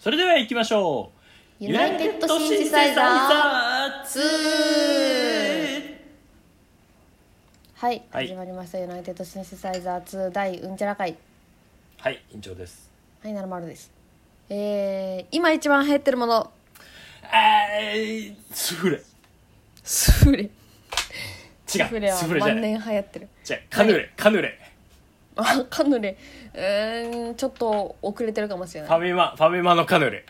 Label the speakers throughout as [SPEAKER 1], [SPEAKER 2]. [SPEAKER 1] それでは行きましょう
[SPEAKER 2] ユナイテッドシンセサイザ
[SPEAKER 1] ー
[SPEAKER 2] ー2はい、
[SPEAKER 1] はい
[SPEAKER 2] 始まりました「ユナイテッドシンセサイザー2第うんちゃら会
[SPEAKER 1] はい院長です」
[SPEAKER 2] はいなるまるですえー、今一番流行ってるもの
[SPEAKER 1] あースフレ違う
[SPEAKER 2] ス フレ
[SPEAKER 1] ス
[SPEAKER 2] スフ
[SPEAKER 1] フ
[SPEAKER 2] レ
[SPEAKER 1] レ
[SPEAKER 2] は
[SPEAKER 1] じゃ
[SPEAKER 2] 万
[SPEAKER 1] ない違う
[SPEAKER 2] 年流行ってる
[SPEAKER 1] カヌレカヌレ
[SPEAKER 2] あカヌレうーんちょっと遅れてるかもしれ
[SPEAKER 1] フ
[SPEAKER 2] な
[SPEAKER 1] ァ
[SPEAKER 2] い
[SPEAKER 1] ミマファミマのカヌレ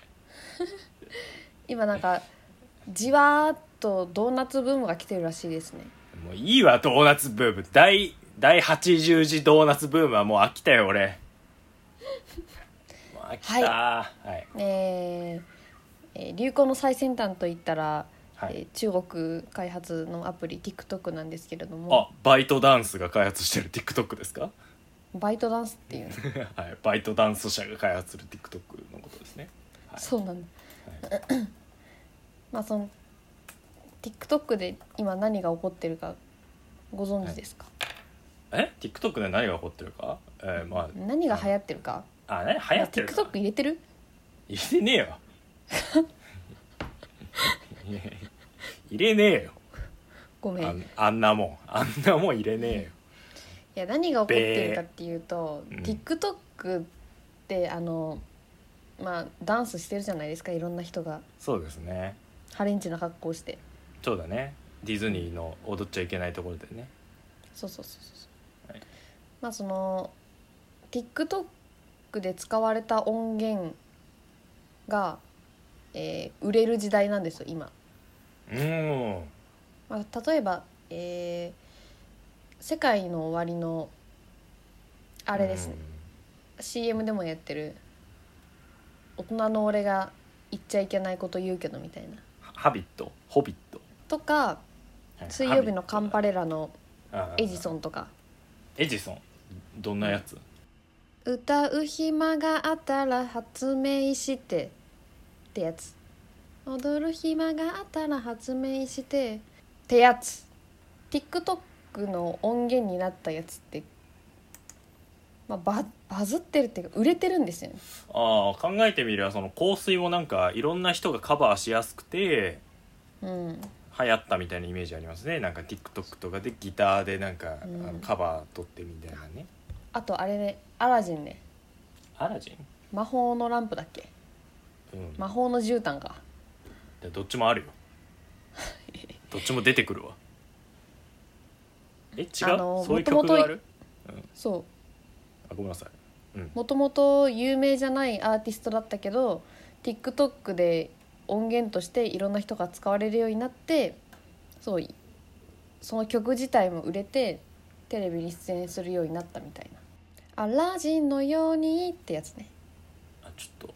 [SPEAKER 2] 今なんかじわーっとドーナツブームが来てるらしいですね
[SPEAKER 1] もういいわドーナツブーム第第80次ドーナツブームはもう飽きたよ俺もう飽きたーはい、
[SPEAKER 2] えーえー流行の最先端といったら、
[SPEAKER 1] はい
[SPEAKER 2] えー中国開発のアプリ TikTok なんですけれど
[SPEAKER 1] あ
[SPEAKER 2] も
[SPEAKER 1] バイトダンスが開発してる TikTok ですか
[SPEAKER 2] バイトダンスっていうの、
[SPEAKER 1] はいバイトダンス社が開発する TikTok のことですねはい
[SPEAKER 2] そうなんだ、まあその TikTok で今何が起こってるかご存知ですか、
[SPEAKER 1] え TikTok で何が起こってるかえー、ま
[SPEAKER 2] 何が流行ってるか
[SPEAKER 1] ああね流行ってるか
[SPEAKER 2] TikTok 入れてる
[SPEAKER 1] 入れねえ よ入れねえよ
[SPEAKER 2] ごめん
[SPEAKER 1] あ
[SPEAKER 2] い
[SPEAKER 1] んあんなもんあんなもん入れねえよ
[SPEAKER 2] や何が起こってるかっていうと、
[SPEAKER 1] べーうん
[SPEAKER 2] TikTok ってあのまあダンスしてるじゃないですかいろんな人が
[SPEAKER 1] そうですね
[SPEAKER 2] ハレンチな格好をして
[SPEAKER 1] そうだねディズニーの踊っちゃいけないところでね
[SPEAKER 2] そうそうそうそう、
[SPEAKER 1] はい
[SPEAKER 2] まあその TikTok で使われた音源が、えー売れる時代なんですよ今、
[SPEAKER 1] うーん
[SPEAKER 2] まあ、例えば、えー世界の終わり」のあ
[SPEAKER 1] あ
[SPEAKER 2] れですね CM でもやってる「大人の俺が言っちゃいけないこと言うけど」みたいな
[SPEAKER 1] ハビットホビット
[SPEAKER 2] とか
[SPEAKER 1] はい
[SPEAKER 2] 水曜日のカンパレラの
[SPEAKER 1] ハビット
[SPEAKER 2] エジソンとか
[SPEAKER 1] エジソンどんなやつ
[SPEAKER 2] 歌う暇があったら発明してってやつ踊る暇があったら発明してってやつ TikTok の音源になったやつって、まあ、ババズってるっていうか売れてるんですよね
[SPEAKER 1] ああ考えてみればその香水もなんかいろんな人がカバーしやすくて
[SPEAKER 2] うん
[SPEAKER 1] 流行ったみたいなイメージありますねなんか TikTok とかでギターでなんか、
[SPEAKER 2] うん
[SPEAKER 1] あのカバー撮ってみたいなね
[SPEAKER 2] あとあれねアラジンね
[SPEAKER 1] アラジン
[SPEAKER 2] 魔法のランプだっけ
[SPEAKER 1] うん、
[SPEAKER 2] 魔法の絨毯か
[SPEAKER 1] でどっちも あるよどっちも出てくるわえ違う
[SPEAKER 2] あの
[SPEAKER 1] そういう曲
[SPEAKER 2] もともと
[SPEAKER 1] がある
[SPEAKER 2] そう
[SPEAKER 1] あごめんなさいうん
[SPEAKER 2] もともと有名じゃないアーティストだったけど TikTok で音源としていろんな人が使われるようになってそうその曲自体も売れてテレビに出演するようになったみたいな「アラジンのように」ってやつね
[SPEAKER 1] あちょっと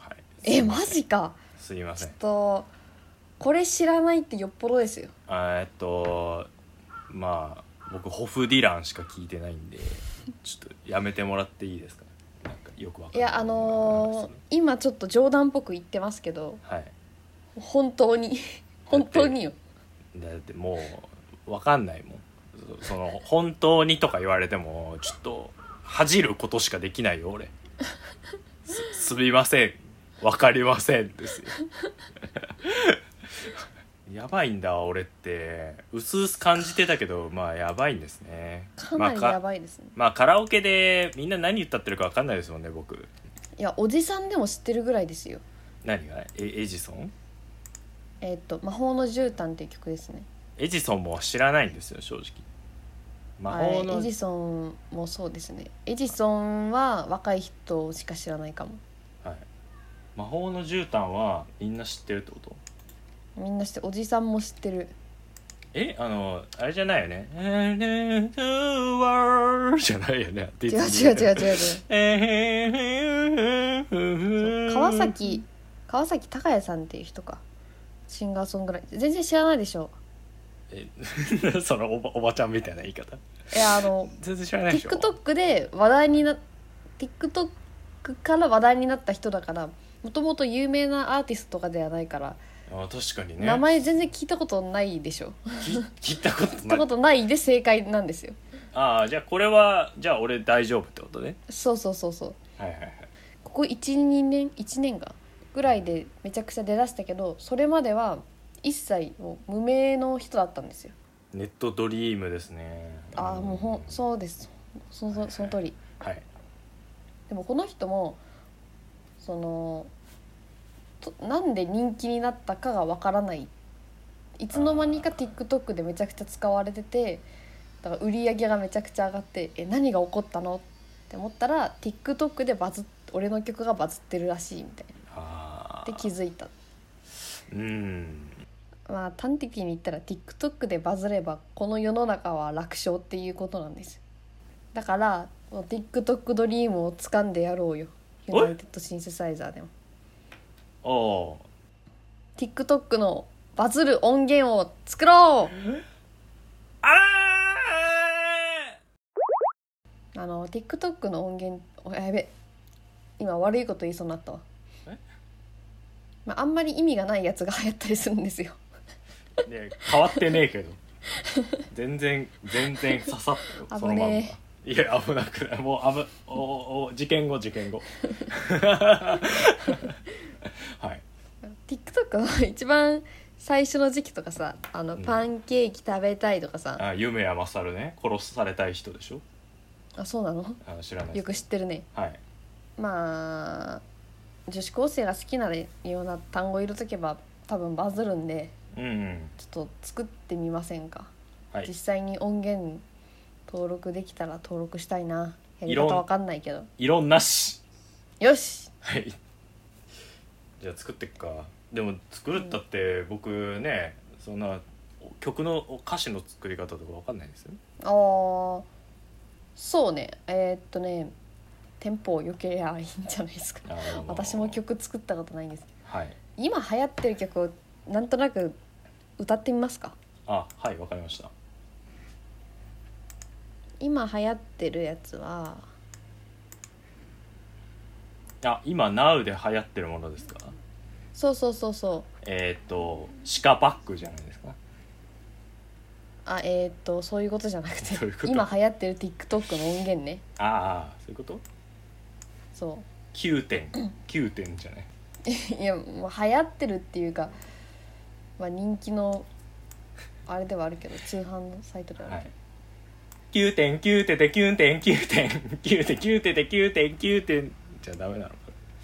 [SPEAKER 1] はい
[SPEAKER 2] え
[SPEAKER 1] すいま
[SPEAKER 2] マ
[SPEAKER 1] せん
[SPEAKER 2] ジか
[SPEAKER 1] すいま
[SPEAKER 2] ち
[SPEAKER 1] せ
[SPEAKER 2] ょっ
[SPEAKER 1] ん
[SPEAKER 2] とこれ知らないってよっぽどですよ
[SPEAKER 1] あーえっとまあ僕ホフディランしか聞いてないん でちょっとやめてもらっていいですかなんかよくわか
[SPEAKER 2] い
[SPEAKER 1] んない
[SPEAKER 2] やあのー今ちょっと冗談っぽく言ってますけど
[SPEAKER 1] はい
[SPEAKER 2] 本当に本当によ
[SPEAKER 1] だってもうわかんないもんそその本当にとか言われてもちょっと恥じることしかできないよ俺すすみませんわかりませんですよやばいんだ俺って薄々感じてたけどまあやばいんですね
[SPEAKER 2] かなり
[SPEAKER 1] まあ
[SPEAKER 2] や
[SPEAKER 1] か
[SPEAKER 2] ばいですね
[SPEAKER 1] まあカラオケでみんな何歌ってるかわかんないですもんね僕
[SPEAKER 2] いやおじさんでも知ってるぐらいですよ
[SPEAKER 1] 何がエエジソン
[SPEAKER 2] えっ、と魔法の絨毯っていう曲ですね
[SPEAKER 1] エジソンも知らないんですよ正直魔法
[SPEAKER 2] あ
[SPEAKER 1] の
[SPEAKER 2] れエジソンもそうですねエジソンは若い人しか知らないかも
[SPEAKER 1] はい、魔法の絨毯はみんな知ってるってこと
[SPEAKER 2] みんなしておじさんも知ってる
[SPEAKER 1] えあのあれじゃないよね「And in the world じゃないよね
[SPEAKER 2] 違う違う違う違う違
[SPEAKER 1] 違
[SPEAKER 2] う川崎川崎隆也さんっていう人かシンガーソングライ全然知らないでしょ
[SPEAKER 1] え そのおばおばちゃんみたいな言い方
[SPEAKER 2] いやあの
[SPEAKER 1] 全然知らないでしょ
[SPEAKER 2] TikTok で話題にな TikTok から話題になった人だからもともと有名なアーティストとかではないから、
[SPEAKER 1] あ確かにね
[SPEAKER 2] 名前全然聞いたことないでしょ
[SPEAKER 1] 聞聞いたこと
[SPEAKER 2] 聞いた
[SPEAKER 1] な
[SPEAKER 2] こ
[SPEAKER 1] い
[SPEAKER 2] とないで正解なんですよ
[SPEAKER 1] ああじゃあこれはじゃあ俺大丈夫ってことね
[SPEAKER 2] そうそうそうそう
[SPEAKER 1] はいはいはい
[SPEAKER 2] ここ12年1年がぐらいでめちゃくちゃ出だしたけどそれまでは一切もう無名の人だったんですよ
[SPEAKER 1] ネットドリームですね
[SPEAKER 2] ああもうほんそうですそそその通り
[SPEAKER 1] はい
[SPEAKER 2] でもこの人もそのとなんで人気になったかがわからないいつの間にか TikTok でめちゃくちゃ使われててだから売り上げがめちゃくちゃ上がってえ何が起こったのって思ったら TikTok でバズっ俺の曲がバズってるらしいみたい
[SPEAKER 1] あ
[SPEAKER 2] なで
[SPEAKER 1] ー
[SPEAKER 2] 気づいた
[SPEAKER 1] うん
[SPEAKER 2] まあ端的に言ったら TikTok でバズればこの世の中は楽勝っていうことなんですだからこの TikTok ドリームを掴んでやろうよユ
[SPEAKER 1] おい
[SPEAKER 2] ナイテッドシンセサイザーでも
[SPEAKER 1] お
[SPEAKER 2] TikTok のバズる音源を作ろう
[SPEAKER 1] あ
[SPEAKER 2] あの TikTok の音源おやべ今悪いこと言いそうになったわ
[SPEAKER 1] え
[SPEAKER 2] まあ、あんまり意味がないやつが流行ったりするんですよ
[SPEAKER 1] ーね変わってねえけど全然全然刺さったよそのまんま
[SPEAKER 2] 危ね
[SPEAKER 1] いや危なくないもう危おお事件後事件後 はい
[SPEAKER 2] TikTok の一番最初の時期とかさあの
[SPEAKER 1] うん
[SPEAKER 2] パンケーキ食べたいとかさ、
[SPEAKER 1] あ夢やまさるね殺されたい人でしょ
[SPEAKER 2] あそうなの
[SPEAKER 1] あ知らないで
[SPEAKER 2] よ
[SPEAKER 1] す
[SPEAKER 2] く知ってるね
[SPEAKER 1] はい
[SPEAKER 2] まあ女子高生が好きなような単語入れとけば多分バズるんで
[SPEAKER 1] うんうん
[SPEAKER 2] ちょっと作ってみませんか
[SPEAKER 1] は
[SPEAKER 2] 実
[SPEAKER 1] い
[SPEAKER 2] 際に音源登録できたら登録したいなやり
[SPEAKER 1] いろん
[SPEAKER 2] 方わかんないけど
[SPEAKER 1] 異論なし
[SPEAKER 2] よし
[SPEAKER 1] はいじゃあ作ってっかでも作るったって僕ねそんなお曲のお歌詞の作り方とかわかんないですよ
[SPEAKER 2] あーそうねえーっとねテンポをよけりゃいいんじゃないですか
[SPEAKER 1] あの
[SPEAKER 2] 私も曲作ったことないんです
[SPEAKER 1] はい
[SPEAKER 2] 今流行ってる曲をなんとなく歌ってみますか
[SPEAKER 1] あはいわかりました
[SPEAKER 2] 今流行ってるやつは
[SPEAKER 1] あ今 Now で流行ってるものですか
[SPEAKER 2] そうそうそうそう
[SPEAKER 1] えーっ、とシカパックじゃないですか
[SPEAKER 2] あえーっとそういうことじゃなくて
[SPEAKER 1] どういうこと
[SPEAKER 2] 今流行ってる TikTok の音源ね
[SPEAKER 1] ああそういうこと
[SPEAKER 2] そう
[SPEAKER 1] 9点9点じゃない
[SPEAKER 2] いやもう 流行ってるっていうか、まあ、人気のあれではあるけど通販のサイトではあ
[SPEAKER 1] は
[SPEAKER 2] る
[SPEAKER 1] い9点9点で9点9点9点9点で9点9点じゃダメなのかな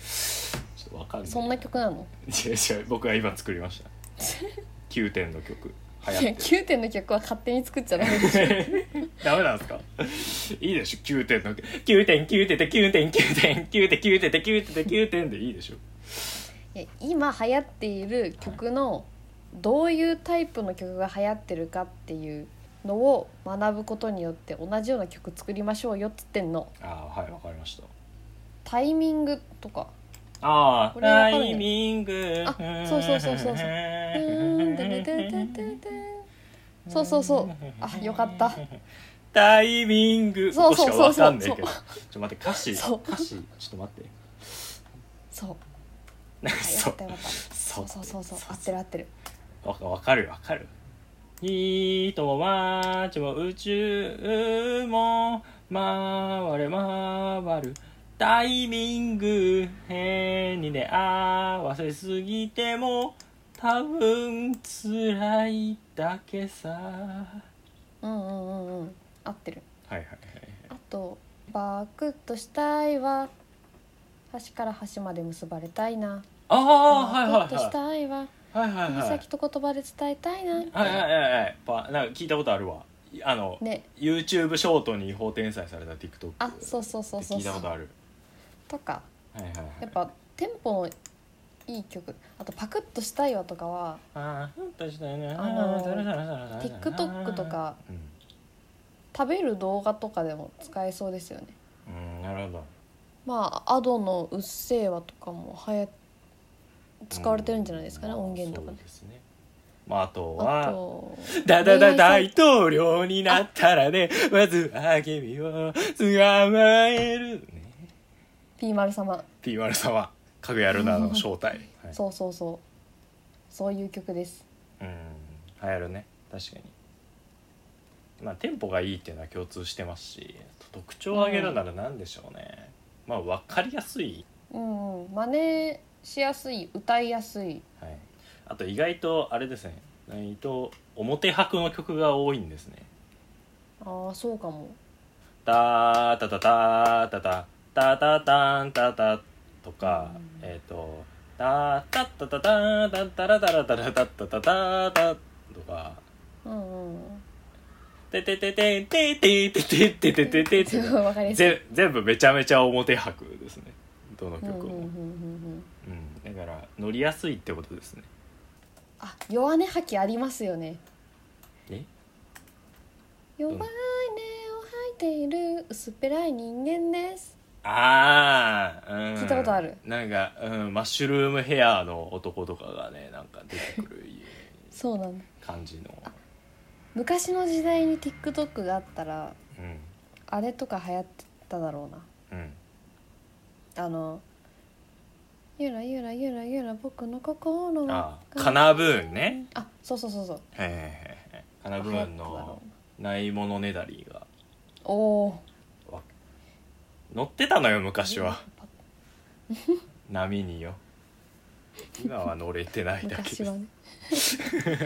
[SPEAKER 1] ちょっとわかんない
[SPEAKER 2] そんな曲なの
[SPEAKER 1] 違う違う僕は今作りました9点の曲
[SPEAKER 2] い
[SPEAKER 1] 流
[SPEAKER 2] や
[SPEAKER 1] 行 って
[SPEAKER 2] 9点の曲は勝手に作っ ちゃダメでしょ
[SPEAKER 1] るダメなんですかいいでしょ9点の9点9点で9点9点9点9点で9点で9点でいいでしょ
[SPEAKER 2] いや今流行っている曲のどういうタイプの曲が流行ってるかっていうのを学ぶことによって同じような曲作りましょうよっつってんの
[SPEAKER 1] ああはいわかりました
[SPEAKER 2] タイミングとか
[SPEAKER 1] ああ
[SPEAKER 2] これわか
[SPEAKER 1] タ
[SPEAKER 2] るね
[SPEAKER 1] イミング
[SPEAKER 2] あそうそうそうそうそう「ドゥンドゥンドゥンドゥンドゥンドゥン そうそうそうあよかった
[SPEAKER 1] タイミング
[SPEAKER 2] そうそうそうそう
[SPEAKER 1] ここしかわかんないけどちょっと待って歌詞
[SPEAKER 2] そう
[SPEAKER 1] 歌詞ちょっと待って
[SPEAKER 2] そう
[SPEAKER 1] なんか
[SPEAKER 2] あよ
[SPEAKER 1] そ
[SPEAKER 2] かっ
[SPEAKER 1] う
[SPEAKER 2] たよかったそうそうそうそう合ってる合ってる
[SPEAKER 1] わかわかるわかる。人も街も宇宙も回れ回るタイミング変にね合わせすぎても多分辛いだけさは
[SPEAKER 2] うんうんうんうん合ってる
[SPEAKER 1] いはいはい
[SPEAKER 2] あと「バークッとしたいわ端から端まで結ばれたいな」
[SPEAKER 1] あ
[SPEAKER 2] 「
[SPEAKER 1] あはい
[SPEAKER 2] バー
[SPEAKER 1] は
[SPEAKER 2] ク
[SPEAKER 1] い
[SPEAKER 2] ッとし
[SPEAKER 1] は
[SPEAKER 2] たいわ
[SPEAKER 1] いはいはい
[SPEAKER 2] 指
[SPEAKER 1] はい
[SPEAKER 2] 先と言葉で伝えたいな」
[SPEAKER 1] はいはいはいはいパなんか聞いたことあるわあの、
[SPEAKER 2] ね
[SPEAKER 1] YouTube ショートに違法転載された TikTok
[SPEAKER 2] あそうそうそうそう
[SPEAKER 1] 聞いた
[SPEAKER 2] そ
[SPEAKER 1] こと
[SPEAKER 2] う
[SPEAKER 1] ある
[SPEAKER 2] とか
[SPEAKER 1] はいはいはい
[SPEAKER 2] やっぱテンポのいい曲あと「パクッとしたいわ」とかは
[SPEAKER 1] あー確かにね
[SPEAKER 2] あの
[SPEAKER 1] ザラザラザラザラ
[SPEAKER 2] TikTok とか
[SPEAKER 1] うん、
[SPEAKER 2] 食べる動画とかでも使えそうですよね
[SPEAKER 1] うん、なるほど
[SPEAKER 2] まあ Ado の「うっせぇわ」とかもはや使われてるんじゃないですかね
[SPEAKER 1] うん
[SPEAKER 2] 音源とか
[SPEAKER 1] そう
[SPEAKER 2] ね
[SPEAKER 1] ですねまああとは
[SPEAKER 2] あと
[SPEAKER 1] だだだ
[SPEAKER 2] 恋愛
[SPEAKER 1] 大統領になったらねまずあけみを捕まえるね
[SPEAKER 2] ピーマル様
[SPEAKER 1] P 丸様かぐやるなの正 体、はい、
[SPEAKER 2] そうそうそうそういう曲です
[SPEAKER 1] うん流行るね確かにまあテンポがいいっていうのは共通してますし特徴を挙げるなら何でしょうね、まあ分かりやすい
[SPEAKER 2] うんうん真似しやすい歌いやすい
[SPEAKER 1] はい、あと意外とあれですね意外と表拍の曲が多いんですね
[SPEAKER 2] ああそうかも
[SPEAKER 1] 「タタタタタタタタタンタタ」とか、
[SPEAKER 2] うん
[SPEAKER 1] えっ、と「タタタタタンタタラタラタラタタタタタ」とか
[SPEAKER 2] うんうん
[SPEAKER 1] 「テテテテテテテテテテテテ」って
[SPEAKER 2] 分かりやすい
[SPEAKER 1] ぜ全部めちゃめちゃ表拍ですねどの
[SPEAKER 2] うんうんう
[SPEAKER 1] 曲
[SPEAKER 2] んうん
[SPEAKER 1] も、
[SPEAKER 2] うん
[SPEAKER 1] うん、だから乗りやすいってことですね
[SPEAKER 2] あ弱音吐きありますよね
[SPEAKER 1] え
[SPEAKER 2] 弱い音を吐いている薄っぺらい人間です
[SPEAKER 1] ああ、うん、
[SPEAKER 2] 聞いたことある
[SPEAKER 1] なんか、うん、マッシュルームヘアの男とかがねなんか出てくる
[SPEAKER 2] そうなんだ
[SPEAKER 1] 感じ の、
[SPEAKER 2] 昔の時代に TikTok があったら
[SPEAKER 1] うん
[SPEAKER 2] あれとか流行ってただろうな
[SPEAKER 1] うん、
[SPEAKER 2] あの「ゆらゆらゆらゆら僕の心は
[SPEAKER 1] あ」ーカナブーンね
[SPEAKER 2] あそうそうそうそう
[SPEAKER 1] はいはいはいはいカナブーンの「ないものねだり」が
[SPEAKER 2] おお
[SPEAKER 1] 乗ってたのよ昔は波によ今は乗れてないだけ
[SPEAKER 2] 昔
[SPEAKER 1] です
[SPEAKER 2] はね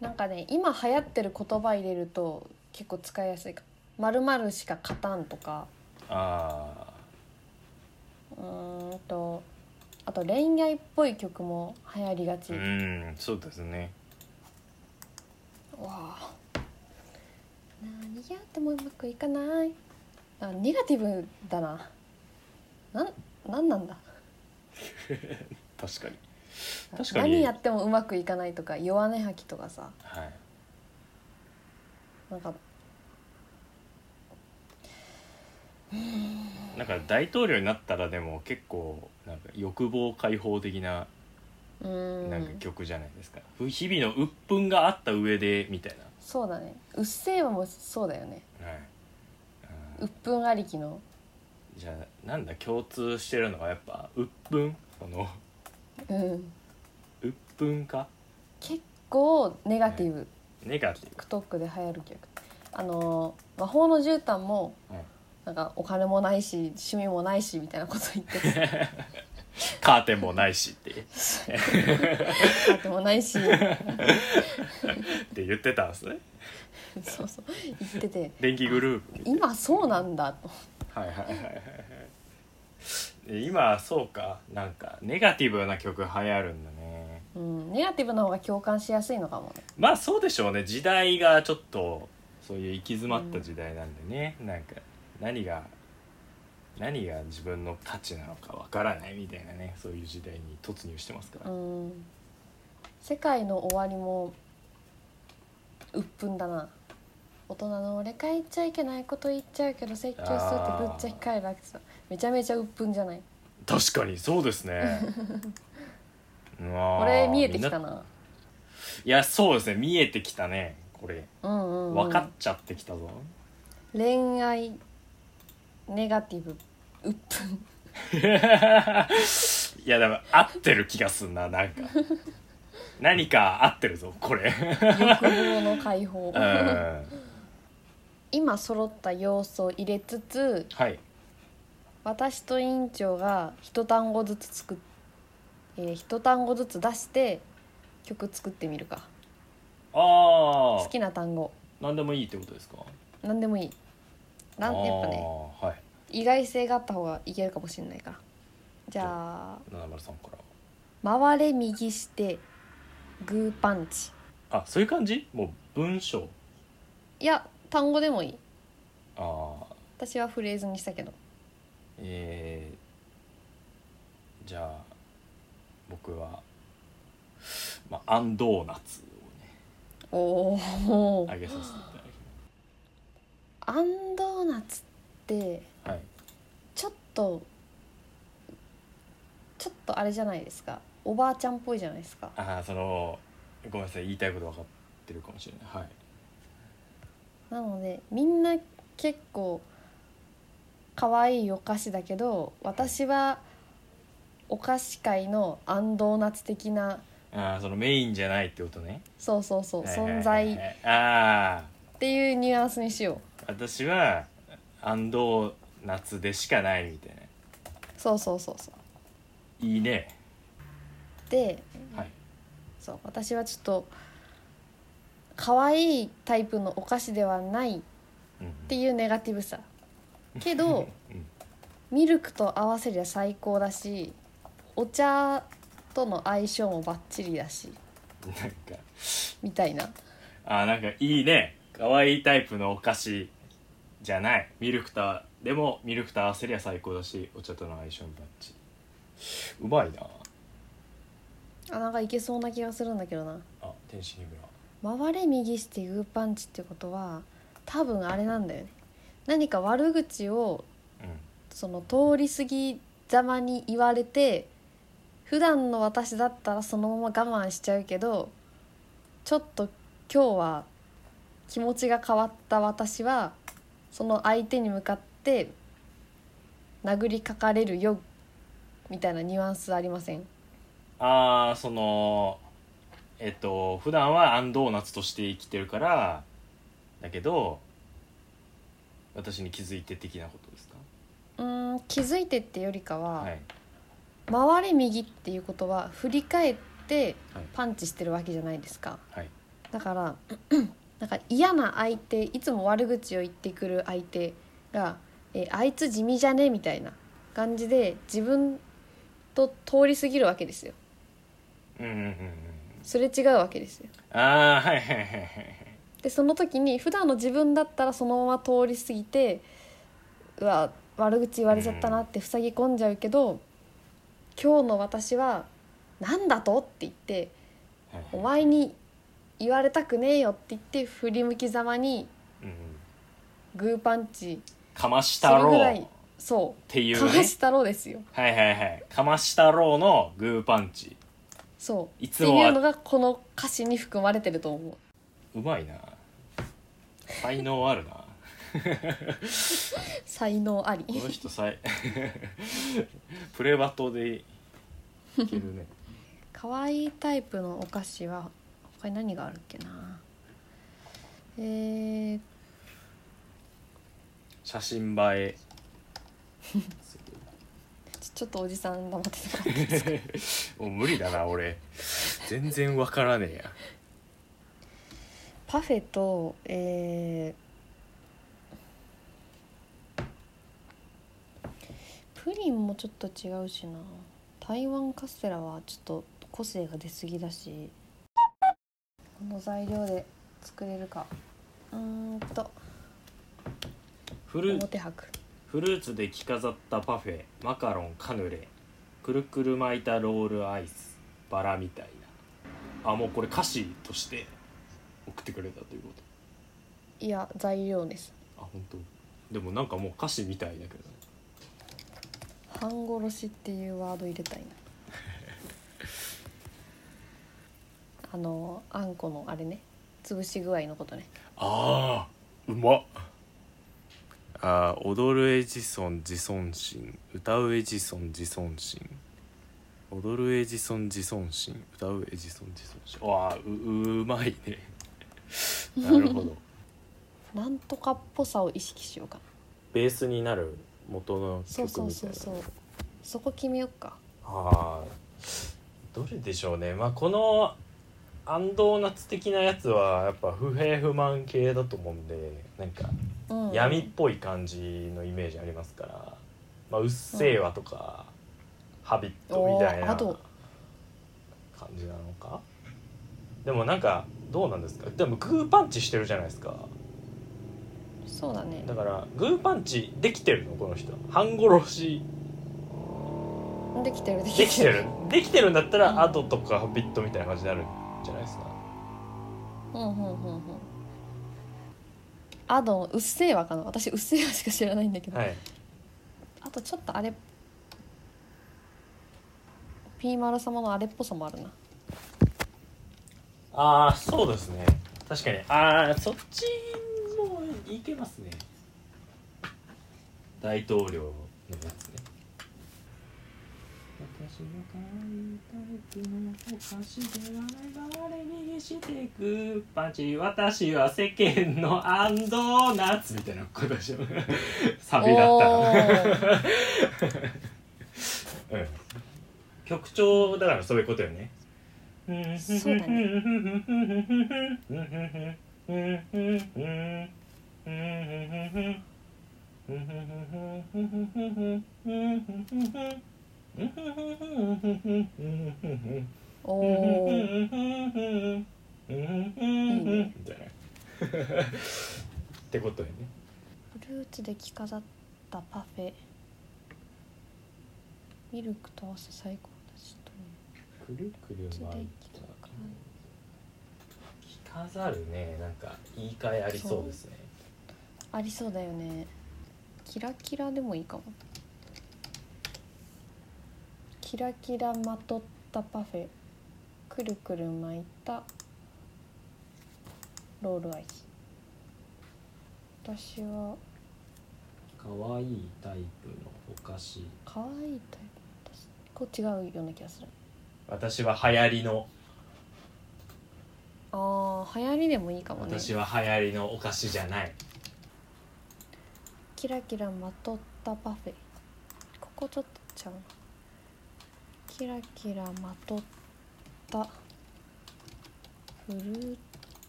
[SPEAKER 2] なんかね今流行ってる言葉入れると結構使いやすいか「まるしか勝たん」とか
[SPEAKER 1] あ
[SPEAKER 2] うーんとあと恋愛っぽい曲も流行りがち、
[SPEAKER 1] あうんそうですね
[SPEAKER 2] わあ何やってもうまくいかないあネガティブだななんなんなんだ
[SPEAKER 1] 確かに確かに
[SPEAKER 2] 何やってもうまくいかないとか弱音吐きとかさ
[SPEAKER 1] はい
[SPEAKER 2] なんか
[SPEAKER 1] なんか大統領になったらでも結構なんか欲望解放的な
[SPEAKER 2] うーん
[SPEAKER 1] なんか曲じゃないですか、日々の鬱憤があった上でみたい
[SPEAKER 2] そうだね「うっせぇわ」もそうだよね
[SPEAKER 1] な、はいうん
[SPEAKER 2] 鬱憤ありきの
[SPEAKER 1] じゃあなんだ共通してるのはやっぱ鬱憤この
[SPEAKER 2] うん
[SPEAKER 1] 鬱憤か
[SPEAKER 2] 結構ネガティブ
[SPEAKER 1] ネガティ
[SPEAKER 2] TikTok で流行る曲あのー魔法の絨毯も
[SPEAKER 1] ブ、はい
[SPEAKER 2] なんかお金もないし趣味もないしみたいなこと言ってて
[SPEAKER 1] カーテンもないしって っ
[SPEAKER 2] だってもないし
[SPEAKER 1] て言ってたんですね
[SPEAKER 2] そうそう言ってて
[SPEAKER 1] 電気グループ
[SPEAKER 2] 今そうなんだと
[SPEAKER 1] はいはいはいはいはい今そうかなんかネガティブな曲流行るんだね
[SPEAKER 2] うん、ネガティブの方が共感しやすいのかもね
[SPEAKER 1] まあそうでしょうね時代がちょっとそういう行き詰まった時代なんでね、なんか何が何が自分の価値なのかわからないみたいなねそういう時代に突入してますから、
[SPEAKER 2] うん世界の終わりも鬱憤だな大人の俺が言っちゃいけないこと言っちゃうけど説教するってぶっちゃ控えるわけさめちゃめちゃ鬱憤じゃない
[SPEAKER 1] 確かにそうです ねうわー
[SPEAKER 2] 俺見えてきた
[SPEAKER 1] みん
[SPEAKER 2] ない
[SPEAKER 1] やそうですね見えてきたねこれ
[SPEAKER 2] うんうん、うん、
[SPEAKER 1] 分かっちゃってきたぞ、
[SPEAKER 2] 恋愛ネガティブ鬱憤
[SPEAKER 1] いやでも合ってる気がすんな なんか何か合ってるぞこれ
[SPEAKER 2] 欲望の解放
[SPEAKER 1] うんは
[SPEAKER 2] 今揃った要素を入れつつ
[SPEAKER 1] い
[SPEAKER 2] 私と委員長が一単語ずつ作っ、えー、一単語ずつ出して曲作ってみるか
[SPEAKER 1] ああ
[SPEAKER 2] 好きな単語
[SPEAKER 1] 何でもいいってことですか
[SPEAKER 2] 何でもいいなん
[SPEAKER 1] あー
[SPEAKER 2] やっぱね
[SPEAKER 1] はい
[SPEAKER 2] 意外性があった方がいけるかもしれないからじゃあ
[SPEAKER 1] 七丸さんから
[SPEAKER 2] 「回れ右してグーパンチ
[SPEAKER 1] あそういう感じもう文章」
[SPEAKER 2] いや単語でもいい
[SPEAKER 1] ああ
[SPEAKER 2] 私はフレーズにしたけど
[SPEAKER 1] えー、じゃあ僕はまあアンドーナツをね
[SPEAKER 2] おお
[SPEAKER 1] あげさせていただきま
[SPEAKER 2] アンドーナツって
[SPEAKER 1] すはい
[SPEAKER 2] ちょっとちょっとあれじゃないですかおばあちゃんっぽいじゃないですか
[SPEAKER 1] ああそのごめんなさい言いたいこと分かってるかもしれないはい
[SPEAKER 2] なのでみんな結構可愛いお菓子だけど私はお菓子界のアンドーナツ的な
[SPEAKER 1] ああそのメインじゃないってことね
[SPEAKER 2] そうそうそう
[SPEAKER 1] はいはいはい
[SPEAKER 2] 存在っ
[SPEAKER 1] ああ
[SPEAKER 2] ていうニュアンスにしよ
[SPEAKER 1] 私はアンドーナツでしかないみたいな
[SPEAKER 2] うそうそうそうそう
[SPEAKER 1] いいね
[SPEAKER 2] で
[SPEAKER 1] はい
[SPEAKER 2] そう私はちょっと可愛いタイプのお菓子ではないっ
[SPEAKER 1] うん
[SPEAKER 2] ていうネガティブさけど
[SPEAKER 1] うん
[SPEAKER 2] ミルクと合わせりゃ最高だしお茶との相性もバッチリだし
[SPEAKER 1] なんか
[SPEAKER 2] みたいな
[SPEAKER 1] あなんかいいね可愛いタイプのお菓子じゃないミルクとはでもミルクと合わせりゃ最高だしお茶との相性もバッチリうまいな
[SPEAKER 2] あなんかいけそうな気がするんだけどな
[SPEAKER 1] あ天使木村
[SPEAKER 2] 回れ右してグーパンチってことは多分あれなんだよね何か悪口を
[SPEAKER 1] う
[SPEAKER 2] その通り過ぎざまに言われて普段の私だったらそのまま我慢しちゃうけどちょっと今日は気持ちが変わった私はその相手に向かって殴りかかれるよみたいなニュアンスありません
[SPEAKER 1] んああそのえっと普段はアンドーナツとして生きてるからだけど私に気づいて的なことですか
[SPEAKER 2] うーん気づいてってよりかは、
[SPEAKER 1] はい
[SPEAKER 2] 回れ右っていうことは振り返って
[SPEAKER 1] はい
[SPEAKER 2] パンチしてるわけじゃないですか
[SPEAKER 1] はい
[SPEAKER 2] だから なんか嫌な相手いつも悪口を言ってくる相手が「えあいつ地味じゃね?」みたいな感じで自分と通り過ぎるわけですよ
[SPEAKER 1] うんうんうんうん
[SPEAKER 2] すれ違うわけですよ
[SPEAKER 1] ああはいはいはいはい
[SPEAKER 2] でその時に普段の自分だったらそのまま通り過ぎてうわ悪口言われちゃったなって塞ぎ込んじゃうけど、今日の私は「なんだと?」って言って
[SPEAKER 1] はいはい
[SPEAKER 2] お前に言われたくねえよって言って振り向きざまに
[SPEAKER 1] うんうん
[SPEAKER 2] グーパンチ
[SPEAKER 1] かまし
[SPEAKER 2] す
[SPEAKER 1] た
[SPEAKER 2] るぐ
[SPEAKER 1] ろ
[SPEAKER 2] ら
[SPEAKER 1] うっ
[SPEAKER 2] いそ
[SPEAKER 1] ていうう
[SPEAKER 2] かま
[SPEAKER 1] ね
[SPEAKER 2] したろうですよ
[SPEAKER 1] はいはいはいかましたろうのグーパンチ
[SPEAKER 2] そう
[SPEAKER 1] い
[SPEAKER 2] っ
[SPEAKER 1] つ
[SPEAKER 2] て
[SPEAKER 1] も
[SPEAKER 2] い
[SPEAKER 1] は
[SPEAKER 2] うのがこの歌詞に含まれてると思う
[SPEAKER 1] うまいな才能あるな
[SPEAKER 2] 才能あり
[SPEAKER 1] この人才 プレバトでいけるね
[SPEAKER 2] 可愛いタイプのお菓子は他に何があるっけなえー、
[SPEAKER 1] 写真映え
[SPEAKER 2] ちちょっとおじさん黙っててもらって
[SPEAKER 1] もう無理だな俺全然わからねえや
[SPEAKER 2] パフェとえープリンもちょっと違うしな台湾カステラはちょっと個性が出過ぎだしこの材料で作れるかうーんと
[SPEAKER 1] フル
[SPEAKER 2] 表白
[SPEAKER 1] フルーツで着飾ったパフェマカロンカヌレくるくる巻いたロールアイスバラみたいなあもうこれ歌詞として送ってくれたということ
[SPEAKER 2] いや材料です
[SPEAKER 1] あ本当。でもなんかもう歌詞みたいだけどね
[SPEAKER 2] 半殺しっていうワード入れたいなあのあんこのあれね潰し具合のことね
[SPEAKER 1] ああうまっあー踊るエジソン自尊心歌うエジソン自尊心踊るエジソン自尊心歌うエジソン自尊心わあううまいねなるほど
[SPEAKER 2] なんとかっぽさを意識しようかな
[SPEAKER 1] ベースになる元の
[SPEAKER 2] そう
[SPEAKER 1] 曲
[SPEAKER 2] そう
[SPEAKER 1] みた
[SPEAKER 2] そ
[SPEAKER 1] いな
[SPEAKER 2] うそうそこ決めよっか
[SPEAKER 1] ああどれでしょうねまあこのアンドーナツ的なやつはやっぱ不平不満系だと思うんでなんか
[SPEAKER 2] うん
[SPEAKER 1] 闇っぽい感じのイメージありますから「まあ、うっせぇわ」とか、ハビット」みたい
[SPEAKER 2] おー
[SPEAKER 1] な
[SPEAKER 2] あと
[SPEAKER 1] 感じなのかでもなんかどうなんですかでもグーパンチしてるじゃないですか
[SPEAKER 2] そうだね
[SPEAKER 1] だからグーパンチできてるのこの人半殺し
[SPEAKER 2] できてるで
[SPEAKER 1] できて るできてるんだったらアドとかハビットみたいな感じになるんじゃないですか
[SPEAKER 2] うんうんうんうんあとうっせぇわかな私うっせぇわしか知らないんだけど、
[SPEAKER 1] はい
[SPEAKER 2] あとちょっとあれピーマル様のあれっぽさもあるな
[SPEAKER 1] ああそうですね確かにああそっちもいけますね大統領のやつね私の可愛いタイプのお菓子ではない我にしてくパンチ私は世間のアンドーナツみたいな声出しちゃうサビだったら
[SPEAKER 2] おー
[SPEAKER 1] うん曲調だからそういうことよね
[SPEAKER 2] そうだおおーね
[SPEAKER 1] みたいなってことよね
[SPEAKER 2] フルーツで着飾ったパフェミルクと合わせ最高だしと
[SPEAKER 1] くるくる
[SPEAKER 2] フルーツ
[SPEAKER 1] 巻
[SPEAKER 2] で
[SPEAKER 1] い
[SPEAKER 2] 着
[SPEAKER 1] た
[SPEAKER 2] 飾
[SPEAKER 1] 着飾るねなんか言い換えありそうですね
[SPEAKER 2] ありそうだよねキラキラでもいいかもキラキラまとったパフェくるくる巻いたロールアイス私は
[SPEAKER 1] 可愛いタイプのお菓子
[SPEAKER 2] 可愛いタイプ私こう違うような気がする
[SPEAKER 1] 私は流行りの
[SPEAKER 2] あー流行りでもいいかもね
[SPEAKER 1] 私は流行りのお菓子じゃない
[SPEAKER 2] キラキラまとったパフェここちょっとちゃうなキラキラまとったフルー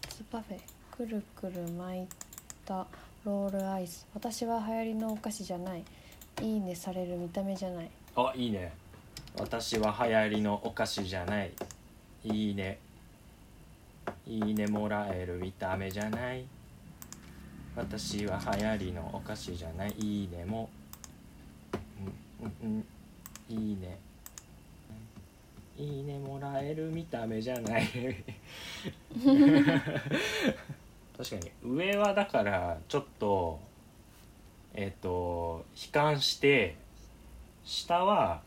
[SPEAKER 2] ツパフェくるくる巻いたロールアイス私は流行りのお菓子じゃないいいねされる見た目じゃない
[SPEAKER 1] あいいね私は流行りのお菓子じゃないいいねいいねもらえる見た目じゃない私は流行りのお菓子じゃないいいねもうんうんうんいいねいいねもらえる見た目じゃない確かに上はだからちょっとえっ、と悲観して下は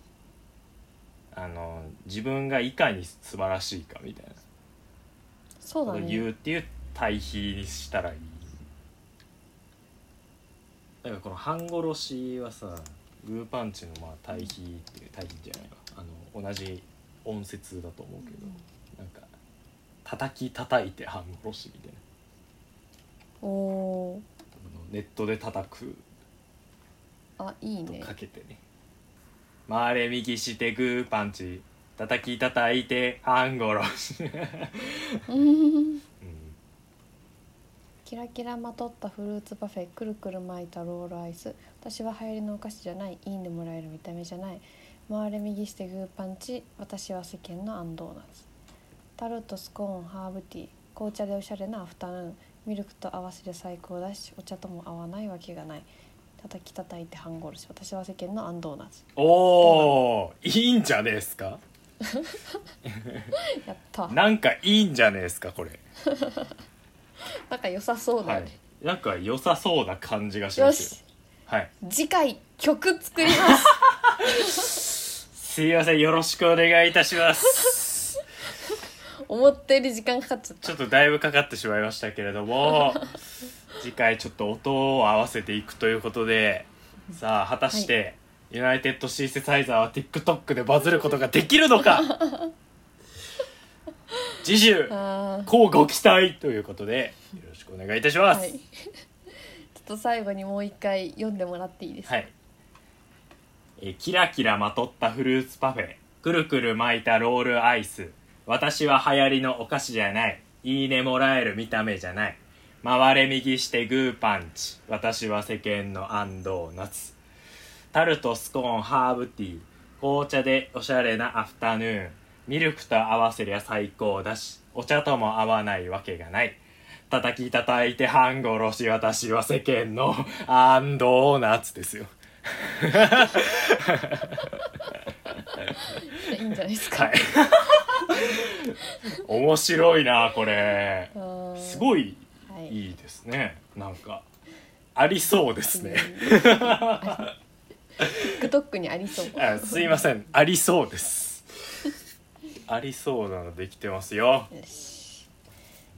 [SPEAKER 1] あの自分がいかに素晴らしいかみたいな
[SPEAKER 2] そうだ
[SPEAKER 1] ことを言う
[SPEAKER 2] ね
[SPEAKER 1] っていう対比にしたらいいだからこの半殺しはさグーパンチのまあ対比っていう対比じゃないかあの同じ音節だと思うけど、なんか叩き叩いて半殺しみたいな
[SPEAKER 2] おお
[SPEAKER 1] あのネットで叩く
[SPEAKER 2] ーあいい
[SPEAKER 1] と
[SPEAKER 2] ね
[SPEAKER 1] かけてね回れ右してグーパンチ叩き叩いて半殺し、
[SPEAKER 2] うん
[SPEAKER 1] うん
[SPEAKER 2] キラキラまとったフルーツパフェくるくる巻いたロールアイス私は流行りのお菓子じゃないいいんでもらえる見た目じゃない回れ右してグーパンチ私は世間のアンドーナツタルトスコーンハーブティー紅茶でおしゃれなアフタヌーンミルクと合わせて最高だしお茶とも合わないわけがない叩き叩いて半殺し私は世間のアンドーナツ
[SPEAKER 1] おーいいんじゃねえですか
[SPEAKER 2] やったな
[SPEAKER 1] なんかいいんじゃねえですかこれ、
[SPEAKER 2] んか良さそう
[SPEAKER 1] は
[SPEAKER 2] だ
[SPEAKER 1] い
[SPEAKER 2] ね、、
[SPEAKER 1] なんか良さそうな感じがし
[SPEAKER 2] よ
[SPEAKER 1] ますよ
[SPEAKER 2] し
[SPEAKER 1] はい
[SPEAKER 2] 次回曲作ります
[SPEAKER 1] すいませんよろしくお願いいたします
[SPEAKER 2] 思ったより時間かかっちゃった
[SPEAKER 1] ちょっとだいぶかかってしまいましたけれども次回ちょっと音を合わせていくということでさあ果たして、ユナイテッドシーセサイザーは TikTok でバズることができるのか次週
[SPEAKER 2] あー
[SPEAKER 1] こうご期待ということでよろしくお願いいたします、
[SPEAKER 2] はい。ちょ っと最後にもう一回読んでもらっていいですか。
[SPEAKER 1] はい。えーキラキラまとったフルーツパフェ、くるくる巻いたロールアイス、私は流行りのお菓子じゃない、いいねもらえる見た目じゃない、回れ右してグーパンチ、私は世間のアンドーナツ、タルトスコーンハーブティー、紅茶でおしゃれなアフタヌーン、ミルクと合わせりゃ最高だし、お茶とも合わないわけがない。叩き叩いて半殺し私は世間のアンドーナツですよ。
[SPEAKER 2] いいんじゃないですか。
[SPEAKER 1] はい。面白いなこれ。す
[SPEAKER 2] い。
[SPEAKER 1] ごい
[SPEAKER 2] はい。
[SPEAKER 1] いいですね。なんかありそうですね。
[SPEAKER 2] TikTok にありそう。
[SPEAKER 1] あすいませんありそうです。 ありそうなのできてますよ。
[SPEAKER 2] よし。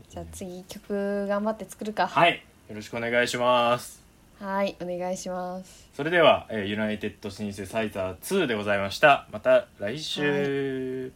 [SPEAKER 2] じゃあ次曲頑張って作るか。は
[SPEAKER 1] はいよろしくお願いします。
[SPEAKER 2] い。お願いします。
[SPEAKER 1] それでは、えーユナイテッドシンセサイザー2でございました。また来週。